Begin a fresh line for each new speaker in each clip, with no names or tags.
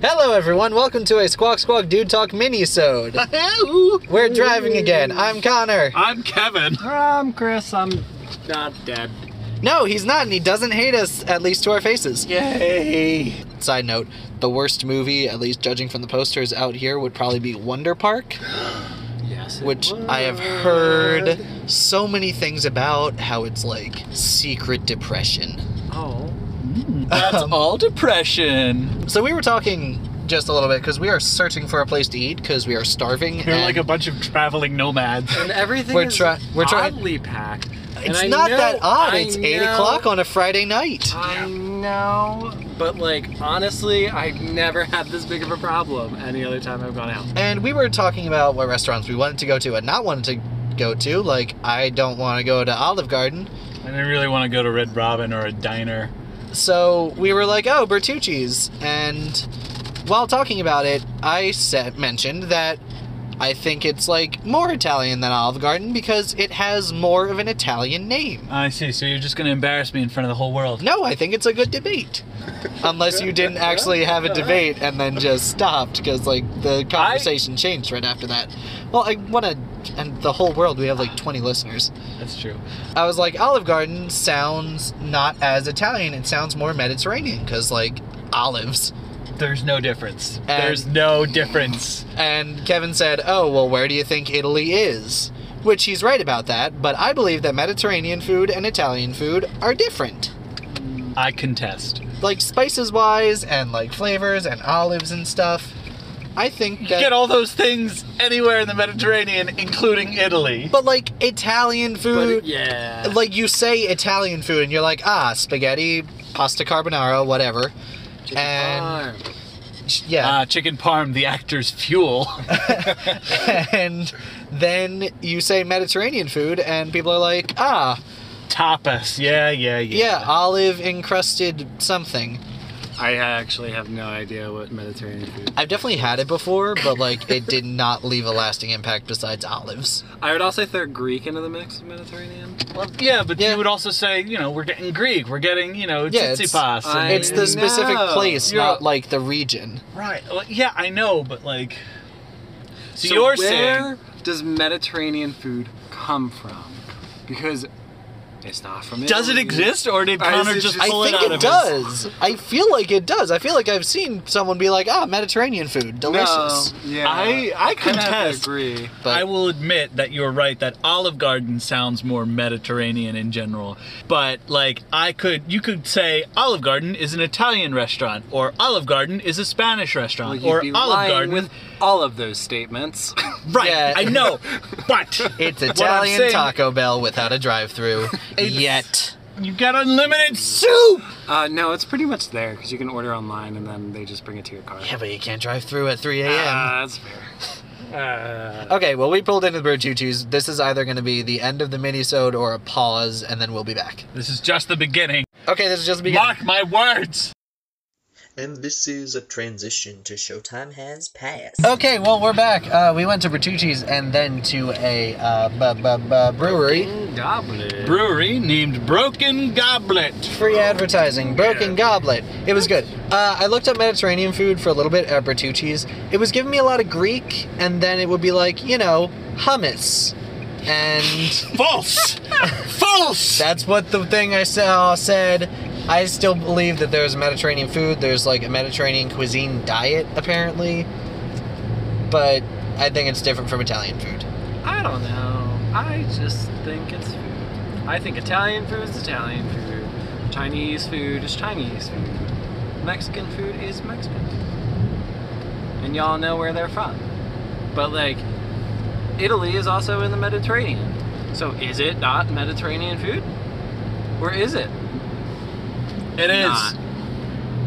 Hello, everyone. Welcome to a Squawk Squawk Dude Talk mini-sode. We're driving again. I'm Connor.
I'm Kevin.
I'm Chris. I'm not dead.
No, he's not, and he doesn't hate us, at least to our faces.
Yay!
Side note the worst movie, at least judging from the posters out here, would probably be Wonder Park,
Yes. it
which I have
was.
heard so many things about how it's like secret depression.
Oh.
That's
Um,
all depression.
So we were talking just a little bit because we are searching for a place to eat because we are starving.
You're
and
like a bunch of traveling nomads.
And everything
We're
is
try- we're trying-
oddly packed. And
it's
I
not
know-
that odd.
I
It's eight
know-
o'clock on a Friday night.
I know, but like honestly, I've never had this big of a problem any other time I've gone out.
And we were talking about what restaurants we wanted to go to and not wanted to go to. Like, I don't want to go to Olive Garden.
I didn't really want to go to Red Robin or a diner.
So we were like, oh, Bertucci's. And while talking about it, I said, mentioned that I think it's like more Italian than Olive Garden because it has more of an Italian name.
I see. So you're just gonna embarrass me in front of the whole world.
No, I think it's a good debate. Unless you didn't actually have a debate and then just stopped because like the conversation changed right after that. Well, I want to, and the whole world we have like 20 listeners.
That's true.
I was like, Olive Garden sounds not as Italian. It sounds more Mediterranean because like olives.
There's no difference. There's
There's
no difference.
And Kevin said, "Oh well, where do you think Italy is?" Which he's right about that. But I believe that Mediterranean food and Italian food are different.
I contest.
like spices wise and like flavors and olives and stuff. I think that.
Get all those things anywhere in the Mediterranean, including Italy.
but like Italian
But
food,
yeah,
like you say Italian food and you're like ah spaghetti, pasta carbonara, whatever.
Chicken
and-
parm.
Yeah,
Ah, chicken parm, the actor's fuel.
and then you say Mediterranean food and people are like ah
Tapas. Yeah, yeah, yeah.
yeah olive encrusted something.
I actually have no idea what Mediterranean food.
I've definitely had it before, but like it did not leave a lasting impact besides olives.
I would also throw Greek into the mix of Mediterranean.
Well, yeah, but
Yeah.
you would also say, you know, we're getting Greek, we're getting, you know,
Yeah,
tsitsi
it's-
pasta.
I-
It's the specific
know.
place,
You're-
not like the region.
Right. Well, yeah, I know, but like. So, you're saying.
where does Mediterranean food come from? Because it's not from Italy.
Does it exist, or did
I
Connor
see-
just
I
pull it
think
out
it
of his?
does. I feel like it does. I feel like I've seen someone be like, "Ah, Mediterranean food,
No.
delicious."
Yeah.
I- I
kinda have to
contest.
agree.
But
I will admit that you're right that Olive Garden sounds more Mediterranean in general. But like I could you could say Olive Garden is an Italian restaurant or Olive Garden is a Spanish
Well,
restaurant
you'd
or
be
Olive
lying
Garden
with all of those statements.
Right,
Yeah.
I know. But
it's
what I'm
Italian
saying-
Taco Bell without a drive-through yet.
You got unlimited soup.
uh, no, it's pretty much there because you can order online and then they just bring it to your car.
Yeah, but you can't drive through at 3 a.m.
Ah, that's fair.
okay, well, we pulled into the Bertucci's. This is either going to be the end of the minisode or a pause, and then we'll be back.
This is just the beginning.
Okay, this is just the beginning.
Mark my words.
And this is a transition to Showtime Has Passed.
Okay, well, we're back. Uh, we went to Bertucci's and then to a uh, bu- bu- bu- brewery.
Goblet.
Brewery named Broken Goblet.
Free advertising, broken goblet. It was good. Uh, I looked up Mediterranean food for a little bit at Bertucci's. It was giving me a lot of Greek, and then it would be like, you know, hummus. And
False. False.
that's what the thing I saw said. I still believe that there's Mediterranean food. There's like a Mediterranean cuisine diet, apparently. But I think it's different from Italian food.
I don't know. I just think it's food. I think Italian food is Italian food. Chinese food is Chinese food. Mexican food is Mexican food. And y'all know where they're from. But like, Italy is also in the Mediterranean. So is it not Mediterranean food? Or is it?
It is.
Not.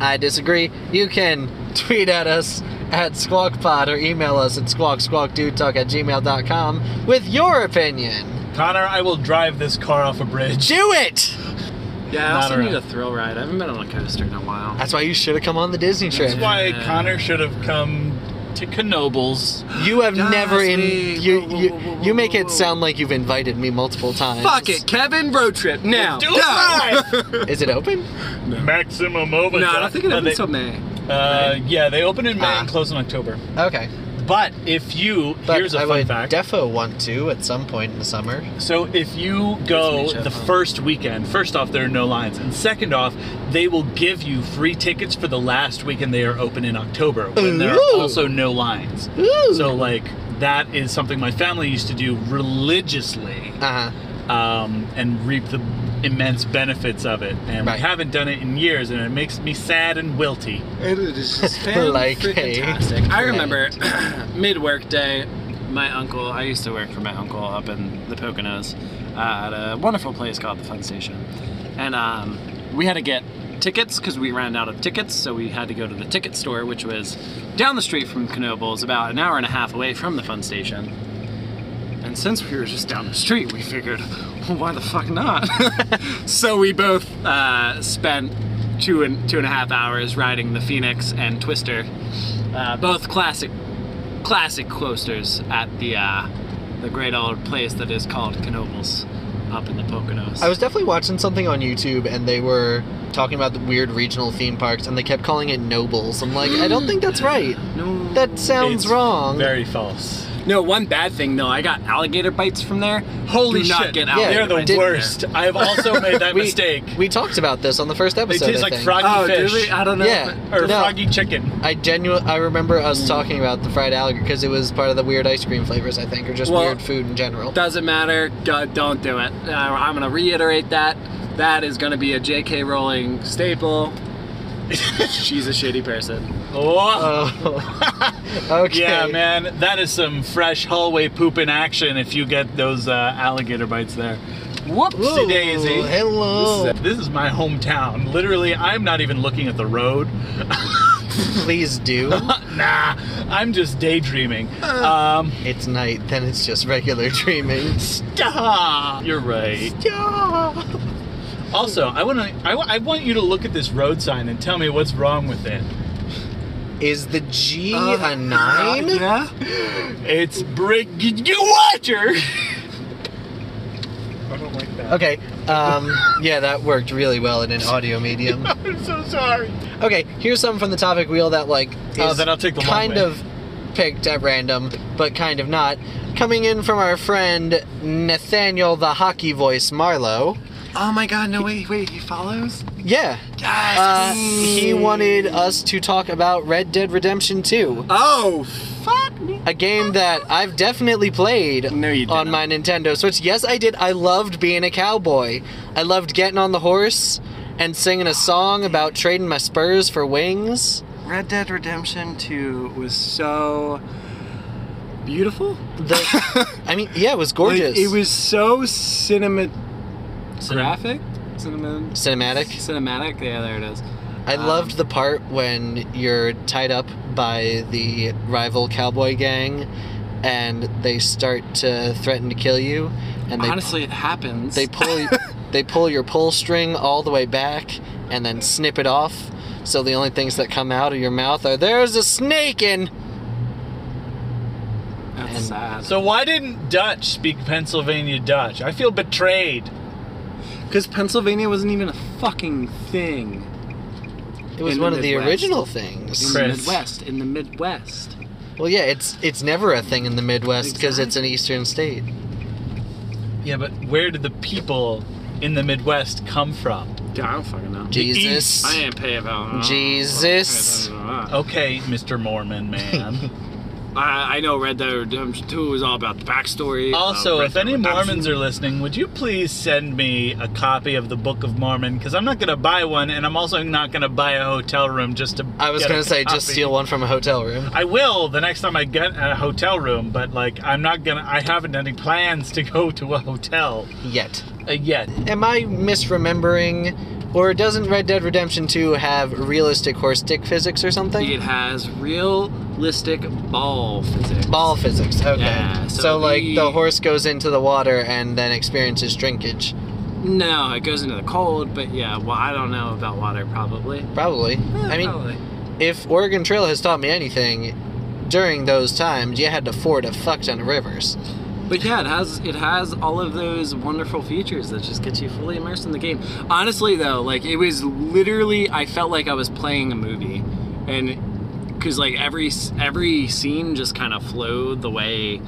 I disagree. You can tweet at us at SquawkPod or email us at squawksquawkdudetalk at gmail.com with your opinion.
Connor, I will drive this car off a bridge.
Do it!
Yeah, I
Not
also
around.
need a thrill ride. I haven't been on a coaster in a while.
That's why you should have come on the Disney trip.
That's why
Yeah.
Connor should have come to Knobles.
You have never in
Disney.
you
Whoa, whoa,
you,
whoa, whoa,
you make
whoa,
it
whoa.
sound like you've invited me multiple times.
Fuck it, Kevin. Road trip now.
Do it live.
Is it open?
Maximum overtime.
No, I don't think it
But
opens
they-
till May.
Uh, yeah, they open in May
Ah.
and close in October.
Okay.
But if you
But
here's
I
a fun
would
fact.
defo want to at some point in the summer.
So if you go
It's an HFO.
the first weekend, first off, there are no lines, and second off, they will give you free tickets for the last weekend they are open in October when there
Ooh.
are also no lines. So like that is something my family used to do religiously
Uh huh.
um, and reap the immense benefits of it. And
Right.
we haven't done it in years, and it makes me sad and wilty.
It is just
Like a
fantastic. I
friend.
remember mid-work day, my uncle, I used to work for my uncle up in the Poconos uh, at a wonderful place called the Fun Station. And um, we had to get tickets because we ran out of tickets, so we had to go to the ticket store, which was down the street from Knoebels, about an hour and a half away from the Fun Station. And since we were just down the street, we figured, well, why the fuck not? so we both uh, spent two and two and a half hours riding the Phoenix and Twister, uh, both classic, classic coasters at the uh, the great old place that is called Knoebels, up in the Poconos.
I was definitely watching something on YouTube and they were talking about the weird regional theme parks and they kept calling it Nobles. I'm like, I don't think that's right.
no,
That sounds
It's
wrong.
Very false.
no one bad thing though. I got alligator bites from there. Holy
Do
shit!
shit.
Get
Yeah,
alligator
They're the
didn't-
worst. I have also made that
We-
mistake.
We talked about this on the first
They
episode.
taste
I
like
think.
froggy
Oh,
fish.
really? I don't know.
Yeah.
or
No.
froggy chicken.
I genu- I remember us talking about the fried alligator because it was part of the weird ice cream flavors, I think, or just
Well,
weird food in general.
Doesn't matter. Go, don't do it. Uh, I'm gonna reiterate that. That is gonna be a J.K. Rowling staple. She's a shitty person.
Oh.
oh. okay.
Yeah, man, that is some fresh hallway poop in action if you get those uh, alligator bites there.
Whoa,
Whoopsie daisy.
Hello.
This is, this is my hometown. Literally, I'm not even looking at the road.
Please do.
nah, I'm just daydreaming.
Uh.
Um,
it's night, then it's just regular dreaming.
stop. You're right.
Stop.
Also, I want to. I, wa- I want you to look at this road sign and tell me what's wrong with it.
Is the G
Uh,
a nine?
Yeah.
It's brick. You watcher. I don't like that.
Okay. Um, yeah, that worked really well in an audio medium.
I'm so sorry.
Okay, here's some from the topic wheel that like is
Oh, then I'll take the long
kind
way.
of picked at random, but kind of not. Coming in from our friend Nathaniel the hockey voice Marlowe.
Oh my God! No wait, wait. He follows.
Yeah.
Yes.
Uh, he wanted us to talk about Red Dead Redemption 2,
oh fuck me.
a game that I've definitely played
No, you
on
didn't.
my Nintendo Switch. Yes, I did. I loved being a cowboy. I loved getting on the horse and singing a song about trading my spurs for wings.
Red Dead Redemption 2 was so beautiful.
The, I mean, yeah, it was gorgeous.
Like, it was so cinematographic. Cinnamon.
cinematic.
Cinematic. Yeah, there it is.
I
Um,
loved the part when you're tied up by the rival cowboy gang and they start to threaten to kill you and they
Honestly, it happens.
they pull they pull your pull string all the way back and then snip it off so the only things that come out of your mouth are there's a snake in
That's
and-
sad.
So why didn't Dutch speak Pennsylvania Dutch? I feel betrayed.
Because Pennsylvania wasn't even a fucking thing
it was
In the
one of the
Midwest.
original
in
things
the
Chris.
Midwest. In the Midwest.
well yeah it's it's never a thing in the midwest because it's an eastern state
Yeah, but where did the people in the Midwest come from?
Yeah, I don't fucking know.
jesus
I ain't pay about
Jesus.
I,
Okay, Mr. Mormon man.
I know Red Dead Redemption 2 was all about the backstory.
Um,
of
also,
Red
if
Dead
any
Redemption.
Mormons are listening, would you please send me a copy of the Book of Mormon? Because I'm not going to buy one, and I'm also not going to buy a hotel room just to.
i was
get a
gonna say just
copy.
steal one from a hotel room
I will the next time I get a hotel room, but like I'm not gonna. I haven't any plans to go to a hotel
yet
uh, yet.
am I misremembering, or doesn't Red Dead Redemption 2 have realistic horse dick physics or something?
It has realistic ball physics.
Ball physics. Okay.
Yeah,
so
so
like
we-
the horse goes into the water and then experiences shrinkage,
No, it goes into the cold, but yeah, well, I don't know about water, probably.
probably. I mean,
Probably.
if Oregon Trail has taught me anything, during those times you had to ford a fuck ton of rivers.
But yeah, it has it has all of those wonderful features that just get you fully immersed in the game. Honestly, though, like it was literally, I felt like I was playing a movie and because like every s- every scene just kind of flowed the way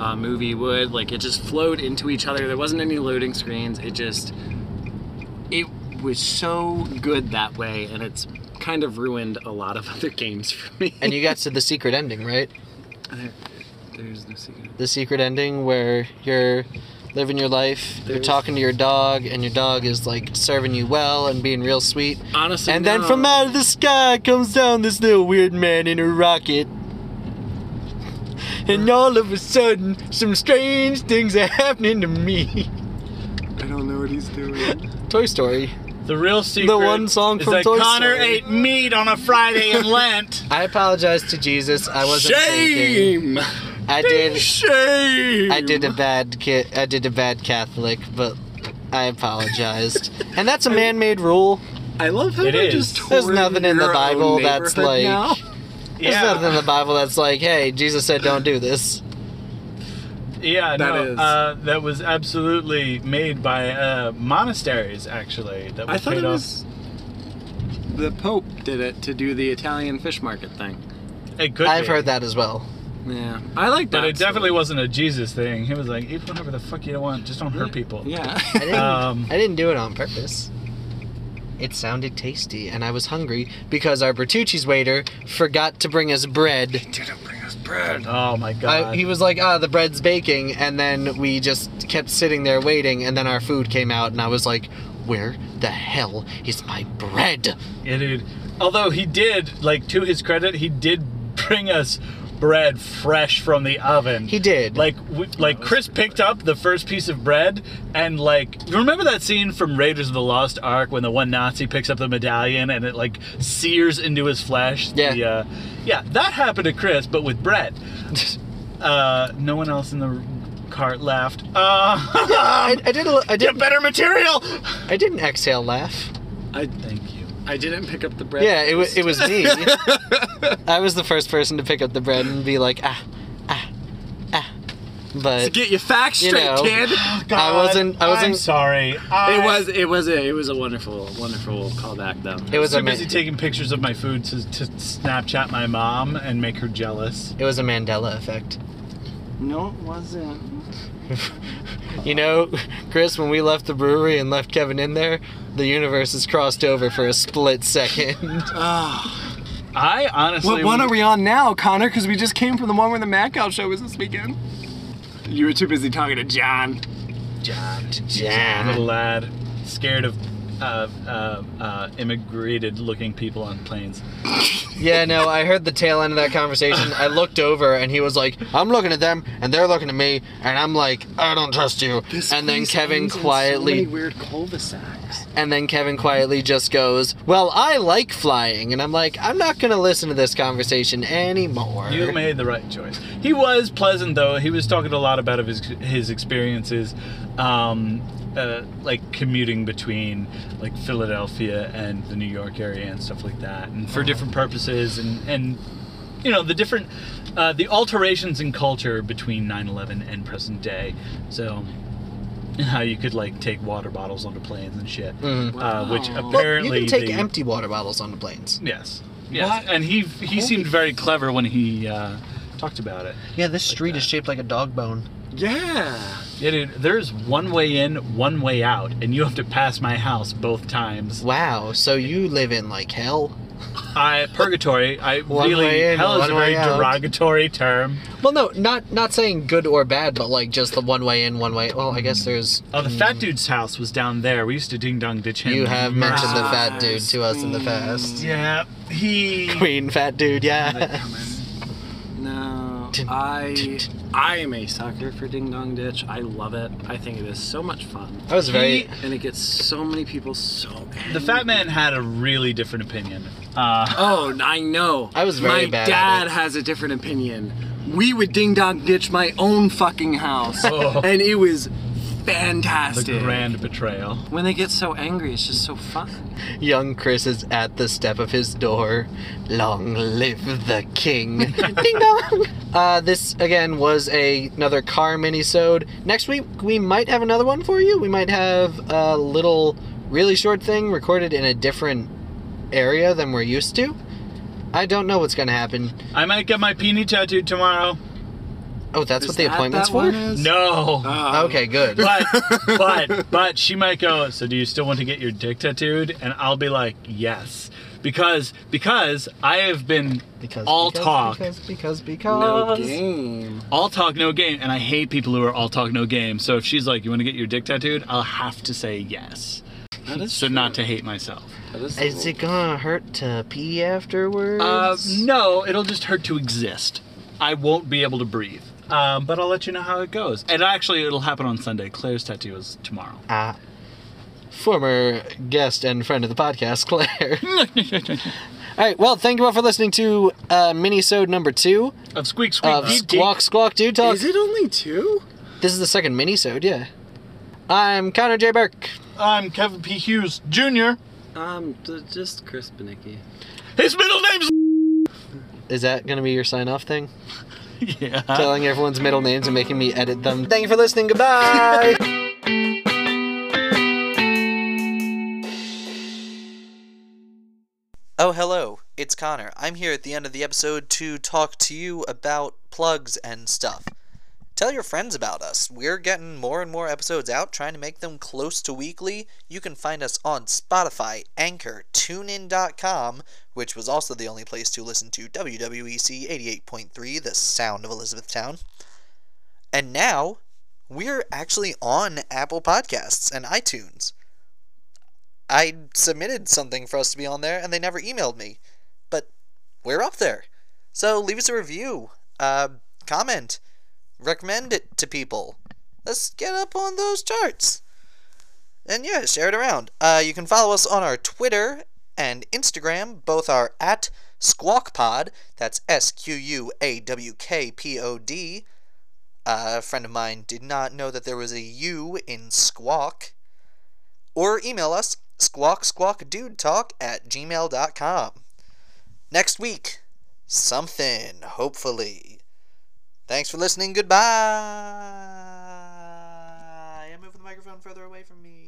a movie would. Like it just flowed into each other. There wasn't any loading screens. It just it was so good that way, and it's kind of ruined a lot of other games for me.
And you got to the secret ending, right?
There's no secret.
The secret ending where you're living your life, you're
There's-
talking to your dog, and your dog is like serving you well and being real sweet.
Honestly,
And then
no.
from out of the sky comes down this little weird man in a rocket. And all of a sudden, some strange things are happening to me.
I don't know what he's doing.
Toy Story.
The real secret.
one song
is
from
that
Toy
Connor
Story.
ate meat on a Friday in Lent.
I apologize to Jesus. I wasn't thinking.
Shame.
I did.
Shame.
I did a bad ki- I did a bad Catholic, but I apologized. and that's a man-made rule.
I love how
It
we're
is.
just
There's
touring
nothing in the
your own
Bible that's like-
neighborhood now.
There's
Yeah.
nothing in the Bible that's like, "Hey, Jesus said don't do this."
Yeah,
That
no,
is-
uh, that was absolutely made by uh, monasteries. Actually, that was
I thought
paid
it
off.
was the Pope did it to do the Italian fish market thing.
It could
I've
be.
heard that as well.
Yeah, I like that.
but it definitely
story.
wasn't a Jesus thing. He was like, "Eat whatever the fuck you don't want, just don't hurt people."
Yeah.
I didn't,
Um,
I didn't do it on purpose. It sounded tasty, and I was hungry because our Bertucci's waiter forgot to bring us bread.
didn't bring us bread.
Oh my god.
I, he was like, "Ah, the bread's baking," and then we just kept sitting there waiting, and then our food came out, and I was like, "Where the hell is my bread?"
Yeah, dude. Although he did, like, to his credit, he did bring us bread fresh from the oven.
He did.
Like, we, like Chris picked up the first piece of bread, and like, you remember that scene from Raiders of the Lost Ark when the one Nazi picks up the medallion and it like sears into his flesh?
Yeah.
The, uh, yeah, that happened to Chris, but with bread. uh, no one else in the cart laughed. Uh,
I, I did. A, li- I
get
did.
better material.
I didn't exhale laugh.
I
Thank you.
I didn't pick up the bread.
Yeah, it was. It was me. I was the first person to pick up the bread and be like, ah, ah, ah.
To
But
get your facts
You
straight,
know.
kid.
I wasn't- I wasn't-
am sorry. I
It was. It was. A, it was a wonderful, wonderful callback, though.
it was
too
a
busy
man,
taking pictures of my food to, to Snapchat my mom and make her jealous.
it was a Mandela effect.
No, it wasn't.
You know, Chris, when we left the brewery and left Kevin in there, the universe is crossed over for a split second.
I honestly.
What one are we on now, Connor? Because we just came from the one where the Macau show was this weekend. You were too busy talking to John.
John,
John.
little lad, scared of uh, uh, uh, immigrated-looking people on planes.
yeah, no, I heard the tail end of that conversation. I looked over and he was like, I'm looking at them and they're looking at me and I'm like, I don't trust you. and then Kevin quietly
weird cul-de-sacs.
And then Kevin quietly just goes, Well, I like flying. And I'm like, I'm not going to listen to this conversation anymore.
You made the right choice. He was pleasant though. He was talking a lot about of his his experiences, um, uh, like commuting between like Philadelphia and the New York area and stuff like that, and
Uh-huh.
for different purposes and and you know the different uh, the alterations in culture between 9/11 and present day. So. and How you could like take water bottles onto planes and shit, uh, which
Wow. Mm-hmm. Well, you can
Well,
apparently
you can take
the-
empty water bottles on the planes.
Yes, yes, and he he seemed very clever when he uh, talked about it.
Yeah, this street is shaped like a dog bone.
Yeah.
Yeah, dude, there's one way in, one way out, and you have to pass my house both times.
Wow, so you live in like hell?
I purgatory. I
One
really
way in,
hell is
one
a
way
very
out.
derogatory term.
Well, no, not not saying good or bad, but like just the one way in, one way. Well, I guess there's.
Oh, the fat dude's house was down there. We used to ding dong ditch him.
Hmm. You have mentioned the fat
Nice.
dude to us in the past.
Yeah, he.
Queen fat dude, yeah.
No,
Dun, dun,
I I am a sucker for Ding Dong Ditch. I love it. I think it is so much fun,
I was very.
and it gets so many people so. Angry.
The fat man had a really different opinion. Uh,
Oh, I know.
I was very
My
bad at
dad
it.
has a different opinion. We would Ding Dong Ditch my own fucking house,
Oh.
and it was
the
fantastic.
grand betrayal.
When they get so angry, it's just so fun.
Young Chris is at the step of his door. Long live the king. Ding dong. Uh, this again was a, another car minisode. Next week we might have another one for you. We might have a little really short thing recorded in a different area than we're used to. I don't know what's gonna happen.
I might get my peenie tattooed tomorrow.
Oh, that's
Is
what the
that
appointment's
that one
for.
is?
No.
Oh,
Um,
Okay, good.
but but but she might go so do you still want to get your dick tattooed and i'll be like yes because because i have been
Because
all
because,
talk
Because because
No
because.
game.
all talk no game and i hate people who are all talk no game so if she's like you want to get your dick tattooed i'll have to say yes
That is
so
true.
not to hate myself
That is,
Is it gonna hurt to pee afterwards?
uh,
Um,
no it'll just hurt to exist i won't be able to breathe um, but i'll let you know how it goes and actually it'll happen on sunday claire's tattoo is tomorrow
Uh, former guest and friend of the podcast, Claire. All right. Well, thank you all for listening to uh, mini-sode number two
of squeak squeak
of
geek, geek.
Squawk Squawk Dude Talk.
Is it only two?
This is the second mini-sode, yeah. I'm Connor J. Burke.
i'm kevin p hughes jr
Um, d- just Chris Benicki.
His middle name's.
Is that going to be your sign-off thing?
Yeah.
Telling everyone's middle names and making me edit them. Thank you for listening. Goodbye.
Oh, hello. It's Connor. I'm here at the end of the episode to talk to you about plugs and stuff. Tell your friends about us. We're getting more and more episodes out, trying to make them close to weekly. You can find us on Spotify, Anchor, TuneIn.com, which was also the only place to listen to E WWEC 88.3, the sound of Elizabethtown. And now, we're actually on Apple Podcasts and iTunes. I submitted something for us to be on there, and they never emailed me. But we're up there. So leave us a review, uh, comment, recommend it to people. Let's get up on those charts. And yeah, share it around. Uh, you can follow us on our Twitter and Instagram. Both are at Squawk Pod. That's S Q U A W K P O D. Uh, a friend of mine did not know that there was a U in Squawk or email us squawk squawk dude talk at gmail.com next week something hopefully thanks for listening goodbye move the microphone further away from me